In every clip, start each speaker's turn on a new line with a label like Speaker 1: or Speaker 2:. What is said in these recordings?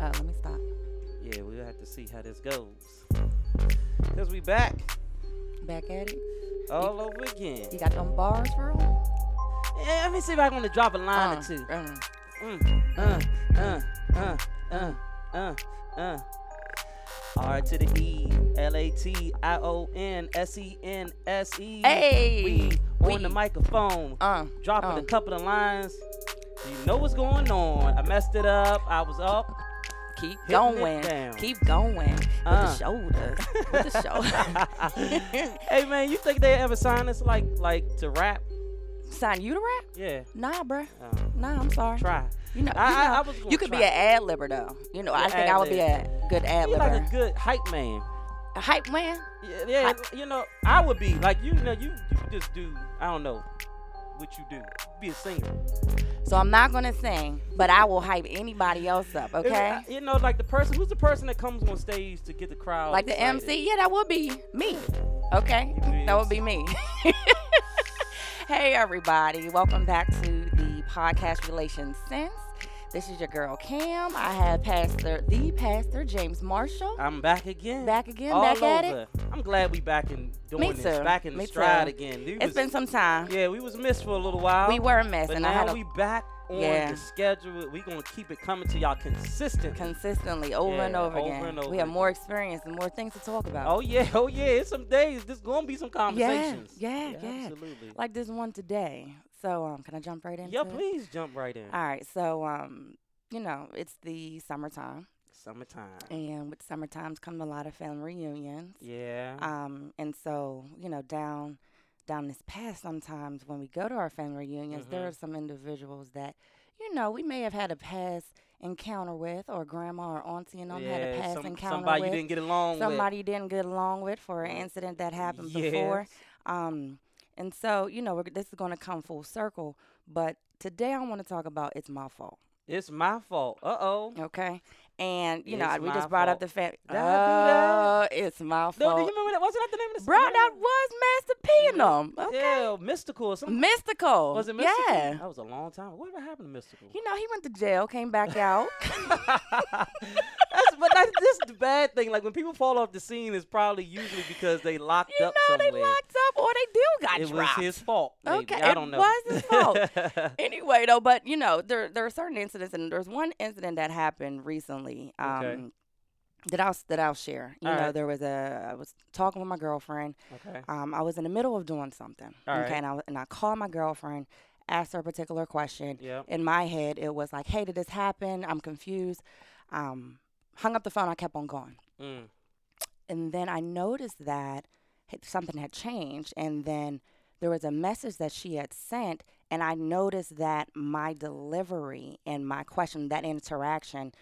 Speaker 1: uh,
Speaker 2: see how this goes. Cause we back
Speaker 1: Back at it.
Speaker 2: all over again.
Speaker 1: You got them bars for him?
Speaker 2: Yeah, let me see if I'm gonna drop a line
Speaker 1: Uh,
Speaker 2: or two.
Speaker 1: uh,
Speaker 2: Mm, uh, uh, uh, uh, uh, uh. R to the E, L A T I O N S E N S E.
Speaker 1: Hey,
Speaker 2: we on the
Speaker 1: we.
Speaker 2: microphone,
Speaker 1: uh,
Speaker 2: dropping
Speaker 1: uh.
Speaker 2: a couple of lines. You know what's going on. I messed it up. I was up.
Speaker 1: Keep
Speaker 2: Hitting it
Speaker 1: going.
Speaker 2: down.
Speaker 1: Keep going. With
Speaker 2: Uh.
Speaker 1: the shoulder. With the shoulder.
Speaker 2: hey man, you think they ever sign us like like to rap?
Speaker 1: Sign you to rap?
Speaker 2: Yeah.
Speaker 1: Nah, bruh.
Speaker 2: Um,
Speaker 1: Nah, I'm sorry.
Speaker 2: try.
Speaker 1: You know,
Speaker 2: I-
Speaker 1: you,
Speaker 2: I-
Speaker 1: know,
Speaker 2: I was gonna
Speaker 1: you could be
Speaker 2: try.
Speaker 1: an ad libber though. You know, I
Speaker 2: Yeah,
Speaker 1: think I would be a good ad
Speaker 2: You
Speaker 1: libber.
Speaker 2: like a good hype man.
Speaker 1: a hype man.
Speaker 2: Yeah, yeah you know, I would be like you know you you just do I don't know what you do. Be a singer.
Speaker 1: So I'm not gonna sing, but I will hype anybody else up.
Speaker 2: If-
Speaker 1: Okay.
Speaker 2: you know, like the person who's the person that comes on stage to get the crowd
Speaker 1: Like the
Speaker 2: excited?
Speaker 1: MC, yeah, that would be me. Okay,
Speaker 2: You be
Speaker 1: that would be me. hey, everybody, welcome back to the podcast Relations Sense. This is your girl Cam. I have Pastor, the Pastor James Marshall.
Speaker 2: I'm back again.
Speaker 1: Back again,
Speaker 2: Oh. All
Speaker 1: back at it.
Speaker 2: over. I'm glad we back in doing
Speaker 1: Me
Speaker 2: this.
Speaker 1: too,
Speaker 2: Back in the
Speaker 1: me
Speaker 2: stride
Speaker 1: too.
Speaker 2: again. We
Speaker 1: It's
Speaker 2: was-
Speaker 1: been some time.
Speaker 2: yeah, we was missed for a little while.
Speaker 1: We were a mess,
Speaker 2: But
Speaker 1: and
Speaker 2: now
Speaker 1: I had a,
Speaker 2: we back on
Speaker 1: Yeah.
Speaker 2: the schedule. We gonna keep it coming to y'all consistent.
Speaker 1: consistently over and
Speaker 2: Yeah,
Speaker 1: over,
Speaker 2: over
Speaker 1: again.
Speaker 2: and over
Speaker 1: we have
Speaker 2: again.
Speaker 1: more experience and more things to talk about.
Speaker 2: oh yeah, oh yeah. It's some days. There's gonna be some conversations.
Speaker 1: yeah, yeah.
Speaker 2: Absolutely.
Speaker 1: like this one today. So, um, can I jump right into
Speaker 2: yeah,
Speaker 1: it?
Speaker 2: please jump right in.
Speaker 1: All right. So, um, you know, it's the summertime,
Speaker 2: Summertime.
Speaker 1: and with summertimes come a lot of family reunions.
Speaker 2: Yeah.
Speaker 1: Um, and so, you know, down down this path, sometimes when we go to our family reunions, there
Speaker 2: Mhm.
Speaker 1: are some individuals that, you know, we may have had a past encounter with, or grandma or auntie and them
Speaker 2: yeah.
Speaker 1: had a past
Speaker 2: some-
Speaker 1: encounter
Speaker 2: somebody
Speaker 1: with.
Speaker 2: you didn't get along
Speaker 1: somebody you didn't get along with for an
Speaker 2: Mm.
Speaker 1: incident that happened
Speaker 2: with.
Speaker 1: before.
Speaker 2: Yes.
Speaker 1: Um, and so, you know, we're, this is going to come full circle. But today I want to talk about it's my fault,
Speaker 2: It's my fault. Uh oh.
Speaker 1: okay? And you know,
Speaker 2: It's
Speaker 1: I- we
Speaker 2: my
Speaker 1: just brought
Speaker 2: fault. Uh,
Speaker 1: up the fact.
Speaker 2: Did I do that?
Speaker 1: it's my
Speaker 2: No, do
Speaker 1: fault.
Speaker 2: you remember that? Wasn't that the name of the
Speaker 1: Bro,
Speaker 2: song?
Speaker 1: that was Master P and them. Okay.
Speaker 2: Yeah, mystical or something.
Speaker 1: Mystical.
Speaker 2: was it mystical? Oh.
Speaker 1: Yeah.
Speaker 2: That was a long time. What happened to mystical?
Speaker 1: You know, he went to jail, came back out.
Speaker 2: That's, but that's this the bad thing. Like when people fall off the scene, it's probably usually because they locked
Speaker 1: you know,
Speaker 2: up
Speaker 1: they
Speaker 2: somewhere.
Speaker 1: locked up or they deal got
Speaker 2: it
Speaker 1: dropped.
Speaker 2: was his fault. Maybe.
Speaker 1: Okay,
Speaker 2: I
Speaker 1: it
Speaker 2: don't know.
Speaker 1: was his fault. anyway though but you know there there are certain incidents and there's one incident that happened recently um
Speaker 2: Okay.
Speaker 1: that I'll that I'll share. You
Speaker 2: All
Speaker 1: know,
Speaker 2: right.
Speaker 1: there was a I was talking with my girlfriend.
Speaker 2: okay.
Speaker 1: Um, I was in the middle of doing something.
Speaker 2: All
Speaker 1: okay,
Speaker 2: right.
Speaker 1: and I and I called my girlfriend, asked her a particular question.
Speaker 2: Yeah.
Speaker 1: In my head, it was like, "Hey, did this happen? I'm confused." Um, hung up the phone. I kept on going,
Speaker 2: Mm.
Speaker 1: and then I noticed that h- something had changed, and then there was a message that she had sent, and I noticed that my delivery and my question, that interaction,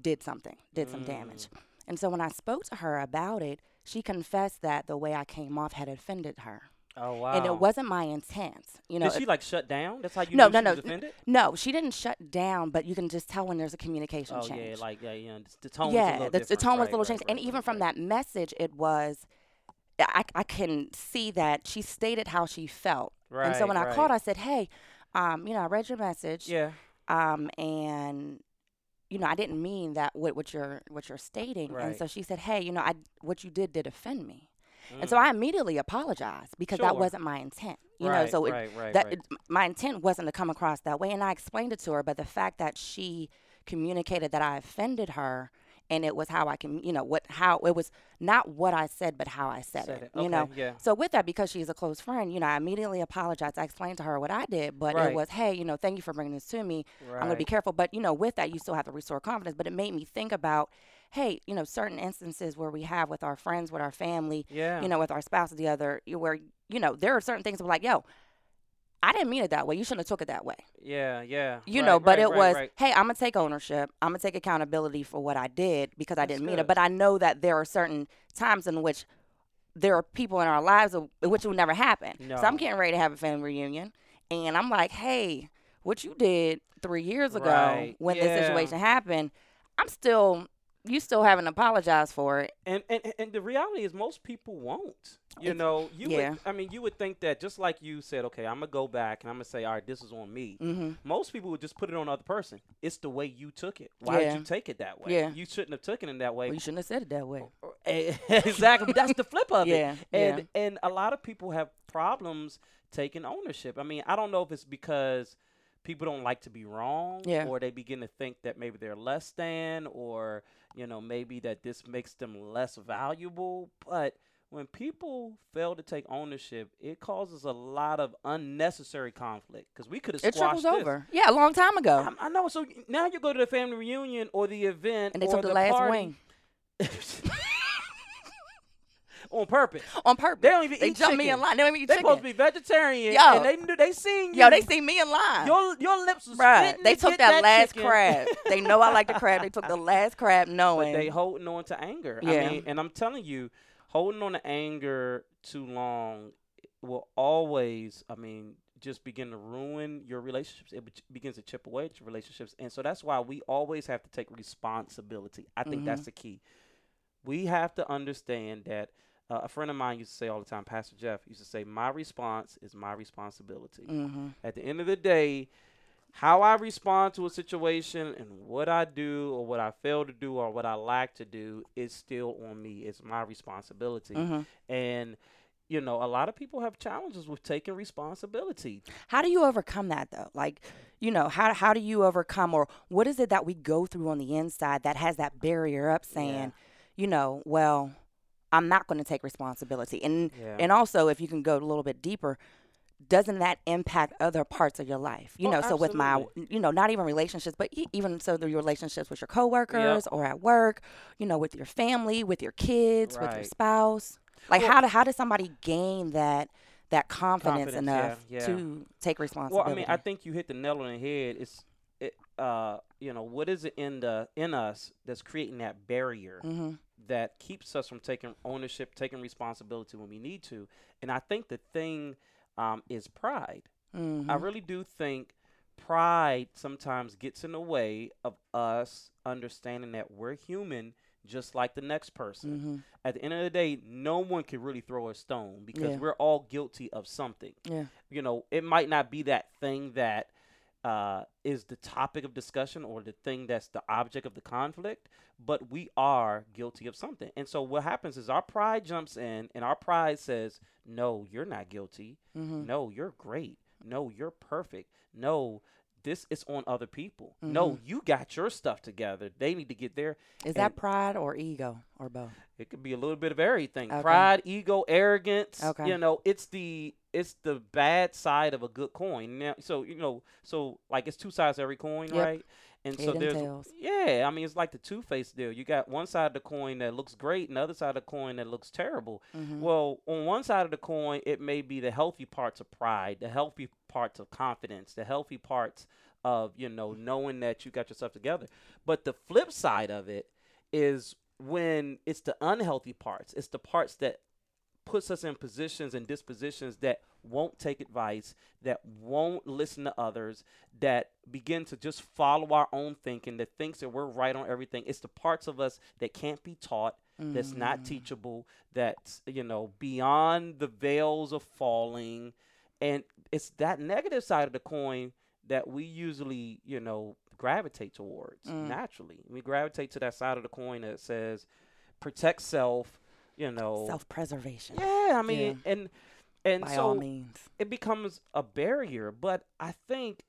Speaker 1: did something, did some damage.
Speaker 2: Mm.
Speaker 1: And so when I spoke to her about it, she confessed that the way I came off had offended her,
Speaker 2: Oh wow.
Speaker 1: and it wasn't my intent. You know,
Speaker 2: Did she like shut down? That's how you
Speaker 1: No,
Speaker 2: knew
Speaker 1: no,
Speaker 2: she
Speaker 1: no,
Speaker 2: was
Speaker 1: n-
Speaker 2: offended.
Speaker 1: no, she didn't shut down, but you can just tell when there's a communication
Speaker 2: Oh
Speaker 1: change.
Speaker 2: yeah, like yeah, yeah. The tone. was a
Speaker 1: yeah,
Speaker 2: little
Speaker 1: the, the
Speaker 2: different.
Speaker 1: tone was
Speaker 2: Right,
Speaker 1: a little
Speaker 2: right,
Speaker 1: changed,
Speaker 2: right,
Speaker 1: and
Speaker 2: right,
Speaker 1: even from
Speaker 2: right.
Speaker 1: that message, it was. I, I can see that she stated how she felt,
Speaker 2: Right,
Speaker 1: and so when I
Speaker 2: right.
Speaker 1: called, I said, "Hey, um, you know, I read your message,
Speaker 2: Yeah.
Speaker 1: um, and you know, I didn't mean that what, what you're what you're stating." And
Speaker 2: Right.
Speaker 1: so she said, "Hey, you know, I what you did did offend me," and so I immediately apologized because that
Speaker 2: Mm. Sure.
Speaker 1: wasn't my intent. You know,
Speaker 2: right,
Speaker 1: so it,
Speaker 2: right, right,
Speaker 1: that
Speaker 2: right.
Speaker 1: it- my intent wasn't to come across that way and i explained it to her but the fact that she communicated that i offended her and it was how i can you know what how it was not what i said but how i said,
Speaker 2: Said
Speaker 1: it,
Speaker 2: it.
Speaker 1: you know
Speaker 2: Okay, yeah.
Speaker 1: so with that because she's a close friend you know i immediately apologized i explained to her what i did but
Speaker 2: Right.
Speaker 1: it was hey you know thank you for bringing this to me i'm gonna be
Speaker 2: Right.
Speaker 1: careful but you know with that you still have to restore confidence but it made me think about hey you know certain instances where we have with our friends with our family
Speaker 2: yeah.
Speaker 1: you know, with our spouse or the other, you- where you know there are certain things that we're like, yo, I didn't mean it that way. You shouldn't have took it that way,
Speaker 2: yeah. Yeah.
Speaker 1: you
Speaker 2: right,
Speaker 1: know. But
Speaker 2: right,
Speaker 1: it
Speaker 2: right,
Speaker 1: was,
Speaker 2: right.
Speaker 1: hey, I'm gonna take ownership. I'm gonna take accountability for what I did because I
Speaker 2: That's
Speaker 1: didn't mean
Speaker 2: good.
Speaker 1: it. But I know that there are certain times in which there are people in our lives of- which will never happen. So I'm
Speaker 2: No.
Speaker 1: getting ready to have a family reunion, and I'm like, hey, what you did three years ago
Speaker 2: Right,
Speaker 1: when
Speaker 2: yeah.
Speaker 1: this situation happened, I'm still you still haven't apologized for it.
Speaker 2: And, and and the reality is most people won't. You
Speaker 1: It's-
Speaker 2: know, you
Speaker 1: yeah.
Speaker 2: would I mean you would think that just like you said, okay, I'm gonna go back and I'm gonna say, all right, this is on me.
Speaker 1: Mm-hmm.
Speaker 2: Most people would just put it on the other person. It's the way you took it. Why
Speaker 1: Yeah.
Speaker 2: did you take it that way?
Speaker 1: Yeah.
Speaker 2: You shouldn't have taken it that way.
Speaker 1: Well, you shouldn't have said it that way.
Speaker 2: exactly. That's the flip of it.
Speaker 1: Yeah,
Speaker 2: And
Speaker 1: yeah.
Speaker 2: and a lot of people have problems taking ownership. I mean, I don't know if it's because people don't like to be wrong
Speaker 1: Yeah.
Speaker 2: or they begin to think that maybe they're less than or you know, maybe that this makes them less valuable, but when people fail to take ownership, it causes a lot of unnecessary conflict because we could have
Speaker 1: It
Speaker 2: squashed
Speaker 1: trickles
Speaker 2: this.
Speaker 1: over. Yeah, a long time ago.
Speaker 2: I, I know. So now you go to the family reunion or the event,
Speaker 1: and they
Speaker 2: or
Speaker 1: took the, last
Speaker 2: party
Speaker 1: wing
Speaker 2: on purpose.
Speaker 1: on purpose.
Speaker 2: They don't even
Speaker 1: They
Speaker 2: eat
Speaker 1: jumped
Speaker 2: chicken.
Speaker 1: me in line. They don't even eat
Speaker 2: They
Speaker 1: chicken.
Speaker 2: supposed to be vegetarian,
Speaker 1: Yo.
Speaker 2: and they knew they seen you.
Speaker 1: Yo, they see me in line.
Speaker 2: your your lips was
Speaker 1: Bruh,
Speaker 2: spitting
Speaker 1: they
Speaker 2: to
Speaker 1: took
Speaker 2: get
Speaker 1: that, last
Speaker 2: chicken.
Speaker 1: crab. they know I like the crab. They took the last crab
Speaker 2: but
Speaker 1: knowing.
Speaker 2: they holding on to anger. I
Speaker 1: Yeah.
Speaker 2: mean, and I'm telling you, holding on to anger too long will always, I mean, just begin to ruin your relationships. It be- begins to chip away at your relationships. And so that's why we always have to take responsibility. I think
Speaker 1: Mhm.
Speaker 2: that's the key. We have to understand that uh, a friend of mine used to say all the time, Pastor Jeff used to say, My response is my responsibility.
Speaker 1: hmm
Speaker 2: At the end of the day, how I respond to a situation and what I do or what I fail to do or what I lack to do is still on me. It's my responsibility.
Speaker 1: hmm
Speaker 2: And, you know, a lot of people have challenges with taking responsibility.
Speaker 1: How do you overcome that though? Like, you know, how how do you overcome or what is it that we go through on the inside that has that barrier up saying, you know, well, I'm not going to take responsibility. And
Speaker 2: Yeah.
Speaker 1: and also if you can go a little bit deeper, doesn't that impact other parts of your life? You
Speaker 2: Oh,
Speaker 1: know, so with my, you know, not even relationships, but e- even so the, your relationships with your coworkers or at work, you know, with your family, with your kids, with your
Speaker 2: Right.
Speaker 1: spouse. Like
Speaker 2: Well-
Speaker 1: how do, how does somebody gain that that confidence,
Speaker 2: Confidence,
Speaker 1: enough
Speaker 2: yeah, yeah.
Speaker 1: to take
Speaker 2: well,
Speaker 1: responsibility?
Speaker 2: I mean, I think you hit the nail on the head. It's, it, uh, you know, what is it in the in us that's creating that barrier?
Speaker 1: Mhm.
Speaker 2: that keeps us from taking ownership, taking responsibility when we need to. And I think the thing um, is pride. I
Speaker 1: Mhm.
Speaker 2: really do think pride sometimes gets in the way of us understanding that we're human just like the next person.
Speaker 1: Mhm.
Speaker 2: At the end of the day, no one can really throw a stone because
Speaker 1: Yeah.
Speaker 2: we're all guilty of something
Speaker 1: Yeah.
Speaker 2: you know, it might not be that thing that uh, is the topic of discussion or the thing that's the object of the conflict, but we are guilty of something. And so what happens is our pride jumps in and our pride says, no, you're not guilty.
Speaker 1: Mhm.
Speaker 2: No, you're great. No, you're perfect. No, this is on other people. No,
Speaker 1: Mm-hmm.
Speaker 2: you got your stuff together. They need to get there.
Speaker 1: Is that pride or ego or both?
Speaker 2: It could be a little bit of everything.
Speaker 1: Okay.
Speaker 2: Pride, ego, arrogance.
Speaker 1: Okay.
Speaker 2: You know, it's the it's the bad side of a good coin. Now, so you know, so like it's two sides to every coin,
Speaker 1: Yep.
Speaker 2: right? And so
Speaker 1: Head and
Speaker 2: there's
Speaker 1: tails.
Speaker 2: yeah, I mean it's like the two faced deal. You got one side of the coin that looks great, and the other side of the coin that looks terrible.
Speaker 1: Mhm.
Speaker 2: Well, on one side of the coin, it may be the healthy parts of pride, the healthy parts of confidence, the healthy parts of, you know, knowing that you got yourself together. But the flip side of it is when it's the unhealthy parts, it's the parts that puts us in positions and dispositions that won't take advice, that won't listen to others, that begin to just follow our own thinking, that thinks that we're right on everything. It's the parts of us that can't be taught,
Speaker 1: Mm.
Speaker 2: that's
Speaker 1: mm-hmm.
Speaker 2: not teachable, that's, you know, beyond the veils of falling. And it's that negative side of the coin that we usually, you know, gravitate towards
Speaker 1: Mm.
Speaker 2: naturally. We gravitate to that side of the coin that says protect self, you know,
Speaker 1: Self-preservation.
Speaker 2: yeah, I mean, and and
Speaker 1: By all
Speaker 2: so
Speaker 1: means.
Speaker 2: it becomes a barrier. But I think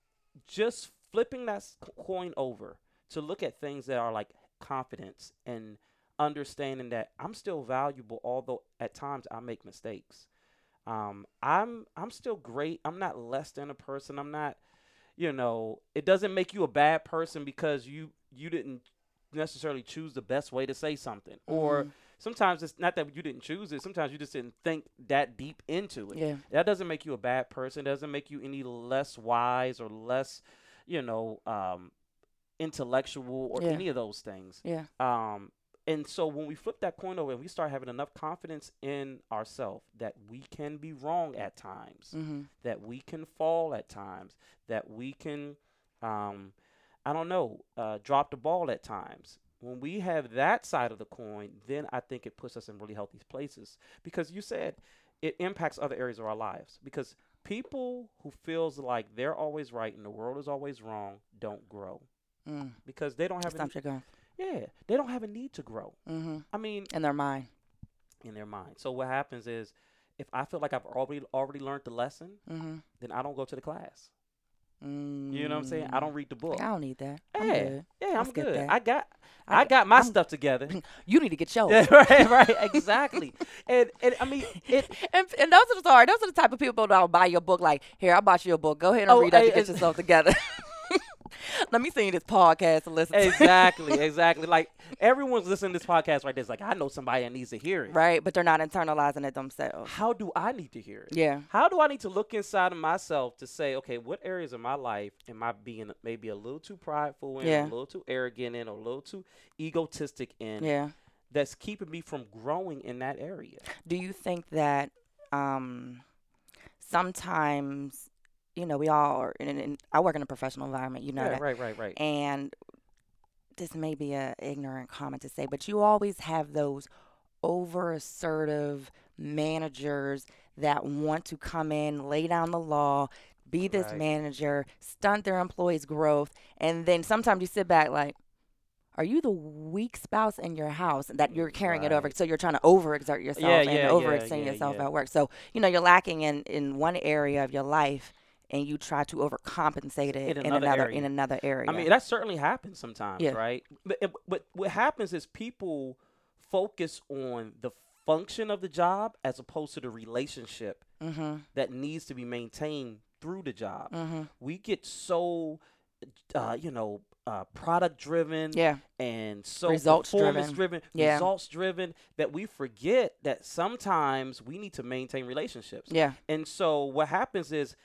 Speaker 2: just flipping that s- coin over to look at things that are like confidence and understanding that I'm still valuable, although at times I make mistakes. Um, I'm I'm still great. I'm not less than a person. I'm not, you know, it doesn't make you a bad person because you you didn't necessarily choose the best way to say something
Speaker 1: Mm-hmm.
Speaker 2: or sometimes it's not that you didn't choose it sometimes you just didn't think that deep into it
Speaker 1: Yeah.
Speaker 2: that doesn't make you a bad person doesn't make you any less wise or less you know um intellectual or
Speaker 1: Yeah.
Speaker 2: any of those things
Speaker 1: Yeah.
Speaker 2: um and so when we flip that coin over and we start having enough confidence in ourselves that we can be wrong at times
Speaker 1: Mhm.
Speaker 2: that we can fall at times, that we can, um, I don't know, uh, drop the ball at times. When we have that side of the coin, then I think it puts us in really healthy places because you said it impacts other areas of our lives because people who feels like they're always right and the world is always wrong don't grow
Speaker 1: Mm.
Speaker 2: because they don't have a,
Speaker 1: Stop your gun.
Speaker 2: yeah, they don't have a need to grow.
Speaker 1: Mm-hmm.
Speaker 2: I mean,
Speaker 1: In their mind.
Speaker 2: in their mind. So what happens is if I feel like I've already already learned the lesson,
Speaker 1: Mm-hmm.
Speaker 2: then I don't go to the class.
Speaker 1: Mm.
Speaker 2: You know what I'm saying? I don't read the book.
Speaker 1: Like, I don't need that. I'm
Speaker 2: yeah,
Speaker 1: good.
Speaker 2: yeah, I'm
Speaker 1: Let's get
Speaker 2: good.
Speaker 1: that.
Speaker 2: I got
Speaker 1: I
Speaker 2: I,
Speaker 1: g-
Speaker 2: got my
Speaker 1: I'm-
Speaker 2: stuff together.
Speaker 1: You need to get yours.
Speaker 2: yeah, right, right, exactly. and and I mean it.
Speaker 1: and, and those are the sorry, those are the type of people that'll buy your book. Like, here, I bought you a book. Go ahead and
Speaker 2: Oh,
Speaker 1: read that to
Speaker 2: hey,
Speaker 1: get
Speaker 2: and-
Speaker 1: yourself together. Let me send you this podcast and listen. to it.
Speaker 2: Exactly, exactly. Like everyone's listening to this podcast right there. It's like I know somebody that needs to hear it.
Speaker 1: right, but they're not internalizing it themselves.
Speaker 2: How do I need to hear it?
Speaker 1: Yeah.
Speaker 2: How do I need to look inside of myself to say, okay, what areas of my life am I being maybe a little too prideful in,
Speaker 1: Yeah.
Speaker 2: a little too arrogant in, or a little too egotistic in,
Speaker 1: Yeah.
Speaker 2: that's keeping me from growing in that area?
Speaker 1: Do you think that um, sometimes, you know, we all are, and, and I work in a professional environment, you know
Speaker 2: yeah,
Speaker 1: that.
Speaker 2: right, right, right.
Speaker 1: And this may be a ignorant comment to say, but you always have those over assertive managers that want to come in, lay down the law, be this
Speaker 2: Right.
Speaker 1: manager, stunt their employees' growth, and then sometimes you sit back like, are you the weak spouse in your house that you're carrying it over?
Speaker 2: Right.
Speaker 1: So you're trying to overexert yourself
Speaker 2: Yeah,
Speaker 1: and
Speaker 2: yeah, yeah,
Speaker 1: overextend
Speaker 2: yeah,
Speaker 1: yourself
Speaker 2: yeah.
Speaker 1: at work. So, you know, you're lacking in, in one area of your life and you try to overcompensate it in,
Speaker 2: In
Speaker 1: another,
Speaker 2: another area.
Speaker 1: in another area.
Speaker 2: I mean, that certainly happens sometimes,
Speaker 1: Yeah.
Speaker 2: right? But, it- but what happens is people focus on the function of the job as opposed to the relationship
Speaker 1: mm-hmm.
Speaker 2: that needs to be maintained through the job.
Speaker 1: Mm-hmm.
Speaker 2: We get so, uh, you know, uh, product driven
Speaker 1: Yeah.
Speaker 2: and so
Speaker 1: Results driven.
Speaker 2: performance driven,
Speaker 1: Yeah.
Speaker 2: results driven that we forget that sometimes we need to maintain relationships.
Speaker 1: Yeah.
Speaker 2: And so what happens is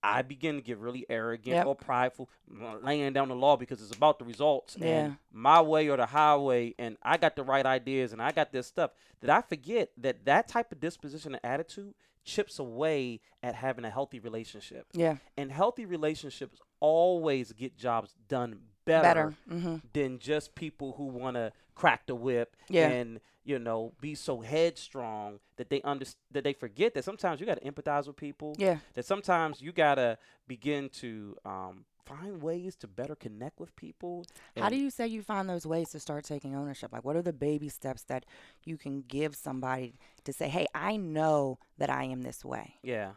Speaker 2: I begin to get really arrogant
Speaker 1: Yep.
Speaker 2: or prideful, m- laying down the law because it's about the results
Speaker 1: Yeah.
Speaker 2: and my way or the highway. And I got the right ideas and I got this stuff. That I forget that that type of disposition and attitude chips away at having a healthy relationship.
Speaker 1: Yeah.
Speaker 2: And healthy relationships always get jobs done better,
Speaker 1: Better. Mm-hmm.
Speaker 2: than just people who want to crack the whip
Speaker 1: Yeah.
Speaker 2: and you know be so headstrong that they under that they forget that sometimes you got to empathize with people
Speaker 1: Yeah.
Speaker 2: that sometimes you gotta begin to um, find ways to better connect with people.
Speaker 1: How do
Speaker 2: and-
Speaker 1: you say you find those ways to start taking ownership? Like, what are the baby steps that you can give somebody to say, hey, I know that I am this way.
Speaker 2: Yeah,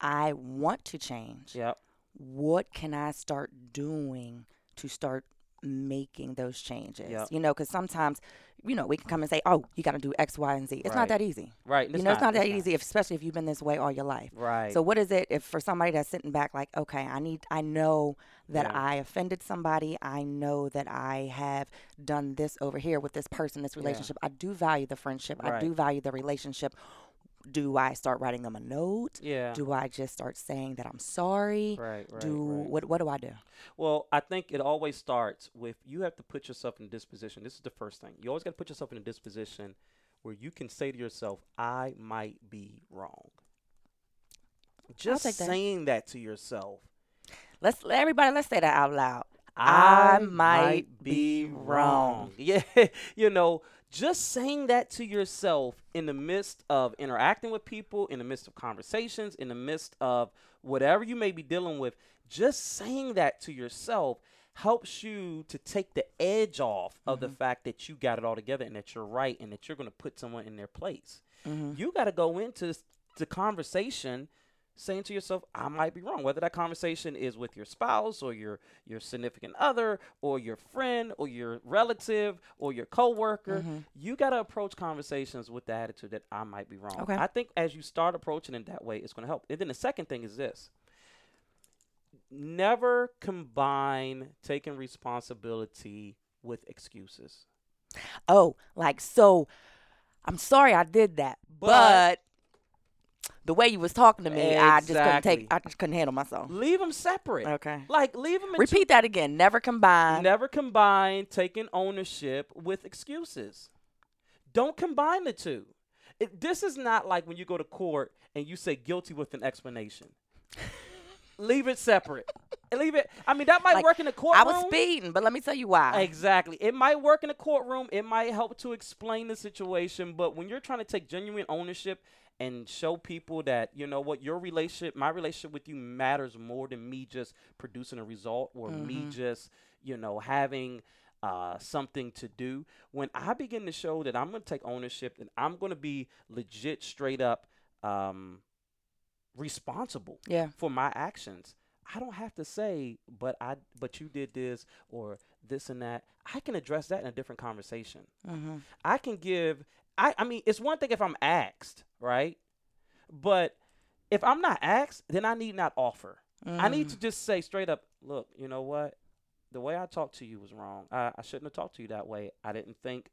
Speaker 1: I want to change.
Speaker 2: yeah,
Speaker 1: What can I start doing to start making those changes?
Speaker 2: Yeah.
Speaker 1: You know, because sometimes, you know, we can come and say, oh, you got to do X, Y, and Z. It's not
Speaker 2: Right.
Speaker 1: that easy.
Speaker 2: right.
Speaker 1: you know, it's not that easy, if, especially if you've been this way all your life.
Speaker 2: Right.
Speaker 1: So what is it if for somebody that's sitting back like, okay, I need I know that
Speaker 2: Yeah.
Speaker 1: I offended somebody, I know that I have done this over here with this person, this relationship. I do value the friendship. I
Speaker 2: Right.
Speaker 1: do value the relationship. Do I start writing them a note?
Speaker 2: yeah.
Speaker 1: Do I just start saying that I'm sorry?
Speaker 2: right. Right.
Speaker 1: do
Speaker 2: right.
Speaker 1: what what do I do?
Speaker 2: Well, I think it always starts with you have to put yourself in a disposition. This is the first thing. You always got to put yourself in a disposition where you can say to yourself, "I might be wrong." Just
Speaker 1: take that.
Speaker 2: saying that to yourself,
Speaker 1: Let's let everybody let's say that out loud. I
Speaker 2: I,
Speaker 1: might
Speaker 2: might
Speaker 1: be
Speaker 2: be
Speaker 1: wrong.
Speaker 2: wrong. Yeah, you know, just saying that to yourself in the midst of interacting with people, in the midst of conversations, in the midst of whatever you may be dealing with, just saying that to yourself helps you to take the edge off of the fact that you got it all together and that you're right and that you're going to put someone in their place.
Speaker 1: Mhm.
Speaker 2: You got to go into s- the conversation saying to yourself, I might be wrong. Whether that conversation is with your spouse or your your significant other or your friend or your relative or your coworker,
Speaker 1: Mm-hmm.
Speaker 2: you got to approach conversations with the attitude that I might be wrong.
Speaker 1: Okay.
Speaker 2: I think as you start approaching it that way, it's going to help. And then the second thing is this. Never combine taking responsibility with excuses.
Speaker 1: Oh, like so I'm sorry I did that. But,
Speaker 2: But-
Speaker 1: the way you was talking to me, I just couldn't take
Speaker 2: Exactly.
Speaker 1: I just couldn't handle myself.
Speaker 2: Leave them separate.
Speaker 1: Oh. Okay.
Speaker 2: Like leave them in two
Speaker 1: Repeat that again. Never combine.
Speaker 2: Never combine taking ownership with excuses. Don't combine the two. It, this is not like when you go to court and you say guilty with an explanation. leave it separate. leave it. I mean, that might
Speaker 1: Like,
Speaker 2: work in the courtroom.
Speaker 1: I was speeding, but let me tell you why.
Speaker 2: Exactly. It might work in a courtroom. It might help to explain the situation. But when you're trying to take genuine ownership and show people that, you know what, your relationship, my relationship with you matters more than me just producing a result or me just, you know, having uh, something to do. When I begin to show that I'm going to take ownership and I'm going to be legit, straight up um, responsible
Speaker 1: yeah.
Speaker 2: for my actions. I don't have to say, but I, but you did this or this and that. I can address that in a different conversation.
Speaker 1: Mm-hmm.
Speaker 2: I can give. I, I mean, it's one thing if I'm asked, right? But if I'm not asked, then I need not offer. I need to just say straight up, look, you know what? The way I talked to you was wrong. I, I shouldn't have talked to you that way. I didn't think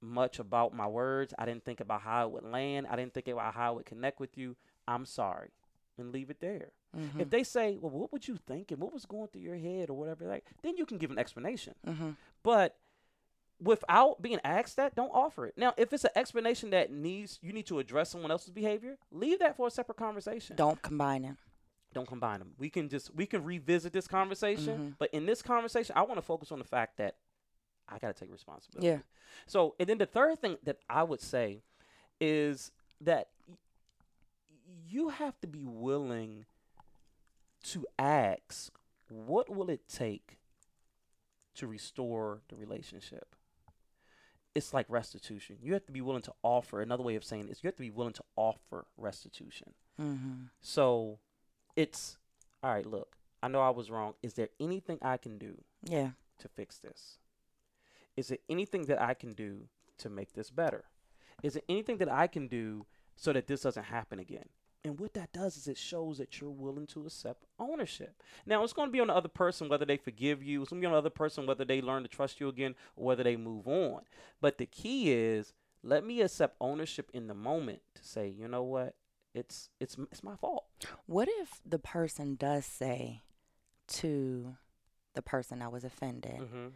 Speaker 2: much about my words. I didn't think about how it would land. I didn't think about how it would connect with you. I'm sorry. And leave it there.
Speaker 1: Mm-hmm.
Speaker 2: If they say, "Well, what would you think and what was going through your head or whatever," like then you can give an explanation.
Speaker 1: mm-hmm.
Speaker 2: But without being asked that, don't offer it. Now, if it's an explanation that needs you need to address someone else's behavior, leave that for a separate conversation.
Speaker 1: Don't combine it.
Speaker 2: Don't combine them. We can just we can revisit this conversation,
Speaker 1: Mhm.
Speaker 2: but in this conversation, I want to focus on the fact that I got to take responsibility.
Speaker 1: Yeah.
Speaker 2: So, and then the third thing that I would say is that y- you have to be willing to ask what will it take to restore the relationship? It's like restitution. You have to be willing to offer. Another way of saying it is you have to be willing to offer restitution.
Speaker 1: Mm-hmm.
Speaker 2: So it's all right, look, I know I was wrong. Is there anything I can do
Speaker 1: Yeah.
Speaker 2: to fix this? Is there anything that I can do to make this better? Is there anything that I can do so that this doesn't happen again? And what that does is it shows that you're willing to accept ownership. Now, it's going to be on the other person whether they forgive you, it's going to be on the other person whether they learn to trust you again or whether they move on. But the key is let me accept ownership in the moment to say, you know what? It's it's it's my fault.
Speaker 1: What if the person does say to the person I was offended,
Speaker 2: Mm-hmm.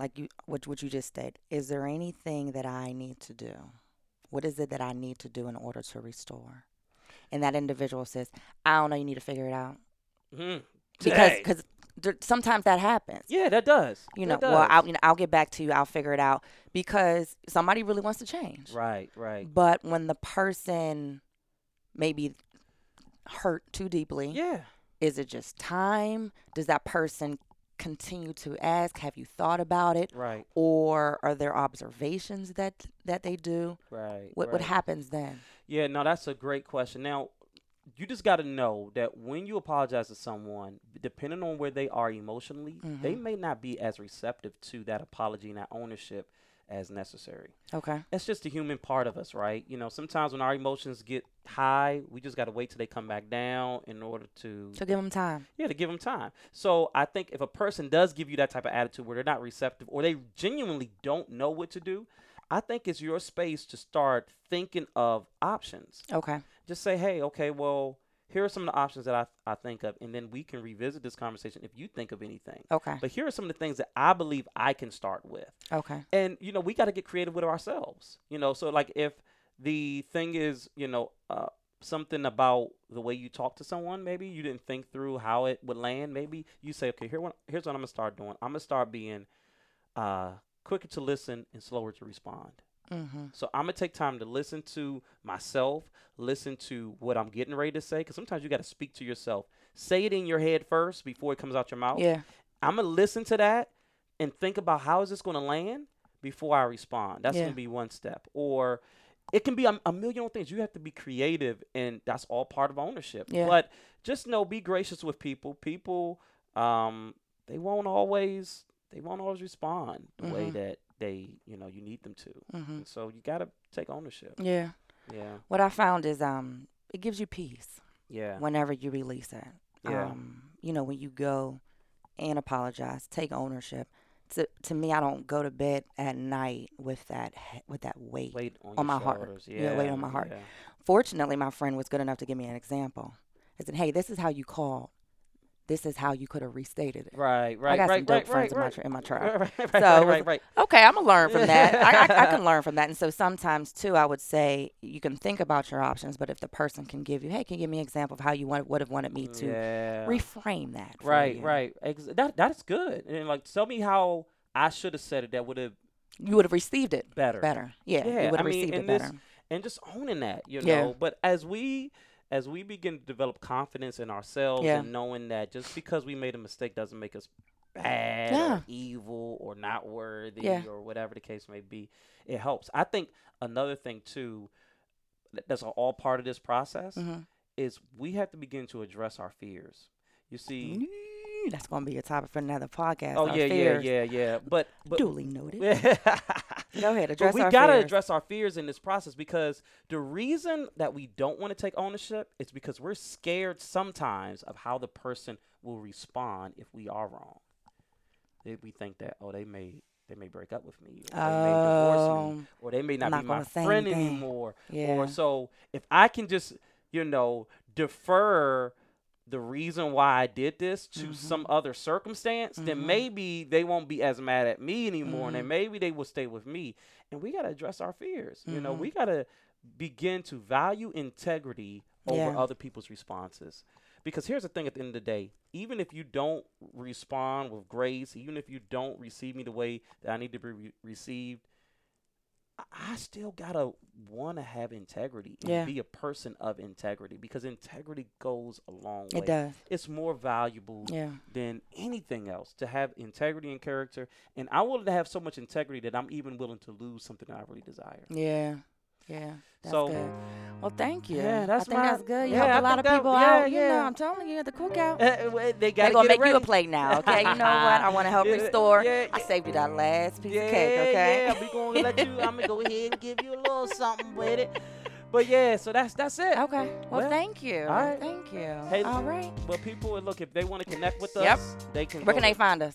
Speaker 1: like you, what, what you just said, is there anything that I need to do? What is it that I need to do in order to restore? And that individual says, I don't know, you need to figure it out.
Speaker 2: Mm-hmm.
Speaker 1: Because cause there, sometimes that happens.
Speaker 2: yeah, that does.
Speaker 1: You know,
Speaker 2: That
Speaker 1: well,
Speaker 2: does.
Speaker 1: I'll, you know, I'll get back to you. I'll figure it out because somebody really wants to change.
Speaker 2: right, right.
Speaker 1: But when the person maybe hurt too deeply,
Speaker 2: Yeah.
Speaker 1: is it just time? Does that person continue to ask, have you thought about it?
Speaker 2: Right,
Speaker 1: Or are there observations that that they do?
Speaker 2: right.
Speaker 1: What what
Speaker 2: right.
Speaker 1: happens then?
Speaker 2: Yeah, no, that's a great question. Now, you just got to know that when you apologize to someone, depending on where they are emotionally, they
Speaker 1: Mm-hmm.
Speaker 2: may not be as receptive to that apology and that ownership as necessary.
Speaker 1: Okay.
Speaker 2: That's just the human part of us, right? You know, sometimes when our emotions get high, we just got to wait till they come back down in order to
Speaker 1: So give them time.
Speaker 2: yeah, to give them time. So I think if a person does give you that type of attitude where they're not receptive or they genuinely don't know what to do, I think it's your space to start thinking of options.
Speaker 1: Okay.
Speaker 2: Just say, hey, okay, well, here are some of the options that I, I think of, and then we can revisit this conversation if you think of anything.
Speaker 1: Okay.
Speaker 2: But here are some of the things that I believe I can start with
Speaker 1: Okay.
Speaker 2: and you know we got to get creative with ourselves you know so like if the thing is you know uh, something about the way you talk to someone maybe you didn't think through how it would land maybe you say okay here what, here's what i'm gonna start doing i'm gonna start being uh, quicker to listen and slower to respond
Speaker 1: Mhm.
Speaker 2: so i'm gonna take time to listen to myself listen to what i'm getting ready to say because sometimes you got to speak to yourself say it in your head first before it comes out your mouth
Speaker 1: Yeah.
Speaker 2: I'm gonna listen to that and think about how is this gonna land before I respond. That's
Speaker 1: Yeah.
Speaker 2: gonna be one step. Or it can be a, a million other things. You have to be creative, and that's all part of ownership.
Speaker 1: Yeah.
Speaker 2: But just know, be gracious with people. People, um, they won't always they won't always respond the way
Speaker 1: Mhm.
Speaker 2: that they you know you need them to.
Speaker 1: Mhm.
Speaker 2: And so you gotta take ownership.
Speaker 1: Yeah.
Speaker 2: Yeah,
Speaker 1: What I found is um it gives you peace
Speaker 2: yeah,
Speaker 1: whenever you release it.
Speaker 2: yeah,
Speaker 1: Um you know when you go and apologize, take ownership. To to me I don't go to bed at night with that he- with that weight
Speaker 2: weight on,
Speaker 1: on
Speaker 2: your
Speaker 1: my heart.
Speaker 2: shoulders. Yeah,
Speaker 1: Yeah, weight on my heart.
Speaker 2: yeah.
Speaker 1: Fortunately, my friend was good enough to give me an example. I said, "Hey, this is how you call. this is how you could have restated it.
Speaker 2: Right,
Speaker 1: I
Speaker 2: right,
Speaker 1: got
Speaker 2: right,
Speaker 1: some dope
Speaker 2: right,
Speaker 1: friends
Speaker 2: right,
Speaker 1: in my
Speaker 2: right,
Speaker 1: tr- in my tribe.
Speaker 2: right, right,
Speaker 1: So it
Speaker 2: right, right,
Speaker 1: was-
Speaker 2: right, right.
Speaker 1: Okay, I'm gonna learn from that. I, I, I can learn from that, and so sometimes too, I would say you can think about your options, but if the person can give you, hey, can you give me an example of how you want, would have wanted me to
Speaker 2: Yeah.
Speaker 1: reframe that? for
Speaker 2: right,
Speaker 1: you?
Speaker 2: right. Ex- that that's good. And like, tell me how I should have said it. That would have
Speaker 1: You would have received it
Speaker 2: better.
Speaker 1: better. Yeah,
Speaker 2: Yeah,
Speaker 1: you would
Speaker 2: I
Speaker 1: have
Speaker 2: mean,
Speaker 1: received it
Speaker 2: and this-
Speaker 1: better.
Speaker 2: and just owning that, you
Speaker 1: Yeah.
Speaker 2: know. But as we as we begin to develop confidence in ourselves
Speaker 1: Yeah.
Speaker 2: and knowing that just because we made a mistake doesn't make us bad
Speaker 1: Yeah.
Speaker 2: or evil or not worthy
Speaker 1: Yeah.
Speaker 2: or whatever the case may be, it helps. I think another thing too that- that's all part of this process
Speaker 1: Mm-hmm.
Speaker 2: is we have to begin to address our fears. You see,
Speaker 1: Mm-hmm. That's gonna be a topic for another podcast.
Speaker 2: oh
Speaker 1: our
Speaker 2: yeah,
Speaker 1: fears.
Speaker 2: yeah, yeah, yeah. But but
Speaker 1: Duly noted.
Speaker 2: Go
Speaker 1: Go ahead, address
Speaker 2: but we
Speaker 1: our
Speaker 2: gotta
Speaker 1: fears.
Speaker 2: address our fears in this process because the reason that we don't want to take ownership is because we're scared sometimes of how the person will respond if we are wrong. They- We think that oh they may they may break up with me, or they may divorce me,
Speaker 1: Um,
Speaker 2: or they may not,
Speaker 1: not
Speaker 2: be my
Speaker 1: gonna say
Speaker 2: friend
Speaker 1: anything.
Speaker 2: anymore.
Speaker 1: Oh, yeah.
Speaker 2: Or so if I can just you know defer the reason why I did this to
Speaker 1: Mhm.
Speaker 2: some other circumstance,
Speaker 1: Mhm.
Speaker 2: then maybe they won't be as mad at me anymore, and
Speaker 1: Mhm.
Speaker 2: then maybe they will stay with me. And we gotta address our fears. You know,
Speaker 1: Mhm.
Speaker 2: we gotta begin to value integrity over
Speaker 1: Yeah.
Speaker 2: other people's responses. Because here's the thing: at the end of the day, even if you don't respond with grace, even if you don't receive me the way that I need to be re- received, I- I still gotta want to have integrity and
Speaker 1: Yeah.
Speaker 2: be a person of integrity because integrity goes a long way.
Speaker 1: It does.
Speaker 2: It's more valuable
Speaker 1: Yeah.
Speaker 2: than anything else to have integrity and character. And I'm willing to have so much integrity that I'm even willing to lose something that I really desire.
Speaker 1: Yeah. Yeah. That's
Speaker 2: So-
Speaker 1: good. Well, thank you.
Speaker 2: Yeah, that's
Speaker 1: I think
Speaker 2: my-
Speaker 1: that's good. You
Speaker 2: yeah,
Speaker 1: helped
Speaker 2: I
Speaker 1: a lot of
Speaker 2: think that-
Speaker 1: people
Speaker 2: yeah,
Speaker 1: out. You know,
Speaker 2: yeah.
Speaker 1: I'm telling you, at the cookout.
Speaker 2: Uh,
Speaker 1: They're
Speaker 2: well, they gotta
Speaker 1: gonna
Speaker 2: get it
Speaker 1: make you a
Speaker 2: ready.
Speaker 1: plate now, okay? You know what? I want to help
Speaker 2: Yeah,
Speaker 1: restore.
Speaker 2: yeah,
Speaker 1: I
Speaker 2: yeah.
Speaker 1: saved you that last piece
Speaker 2: yeah,
Speaker 1: of cake, okay?
Speaker 2: yeah. We gonna let you. I'm gonna go ahead and give you a little something with it. But yeah, so that's that's it.
Speaker 1: okay. Well,
Speaker 2: Well,
Speaker 1: thank you.
Speaker 2: all right.
Speaker 1: Thank you.
Speaker 2: Hey,
Speaker 1: all right.
Speaker 2: But people, look, if they want to connect with
Speaker 1: Yep.
Speaker 2: us, they can.
Speaker 1: Where
Speaker 2: go
Speaker 1: can they
Speaker 2: to
Speaker 1: find us?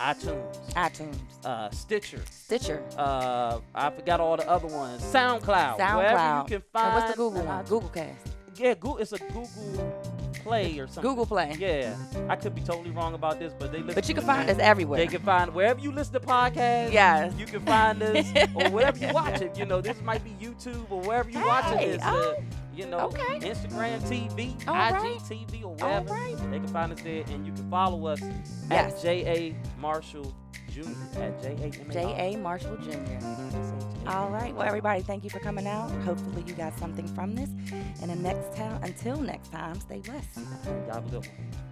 Speaker 2: iTunes,
Speaker 1: iTunes,
Speaker 2: uh, Stitcher.
Speaker 1: Stitcher,
Speaker 2: Uh, I forgot all the other ones. SoundCloud. Wherever
Speaker 1: SoundCloud.
Speaker 2: you can find.
Speaker 1: and what's the Google one? Google Cast,
Speaker 2: Yeah, Google. It's a Google Play or something.
Speaker 1: Google Play.
Speaker 2: Yeah, I could be totally wrong about this, but they listen.
Speaker 1: But you can
Speaker 2: to
Speaker 1: find
Speaker 2: me.
Speaker 1: us everywhere.
Speaker 2: They can find wherever you listen to podcasts.
Speaker 1: Yes.
Speaker 2: You can find us or wherever you watch it. You know, this might be YouTube or wherever you watching
Speaker 1: Hey,
Speaker 2: this.
Speaker 1: all-
Speaker 2: uh, you know,
Speaker 1: okay.
Speaker 2: Instagram TV,
Speaker 1: All right.
Speaker 2: IGTV, or
Speaker 1: All
Speaker 2: wherever.
Speaker 1: right.
Speaker 2: They can find us there, and you can follow us
Speaker 1: Yes.
Speaker 2: at J A Marshall Jr. at J A M A R.
Speaker 1: J.A. Marshall Jr. All right. Well, everybody, thank you for coming out. Hopefully, you got something from this. And the next time, until next time, stay blessed.
Speaker 2: God, have a good one.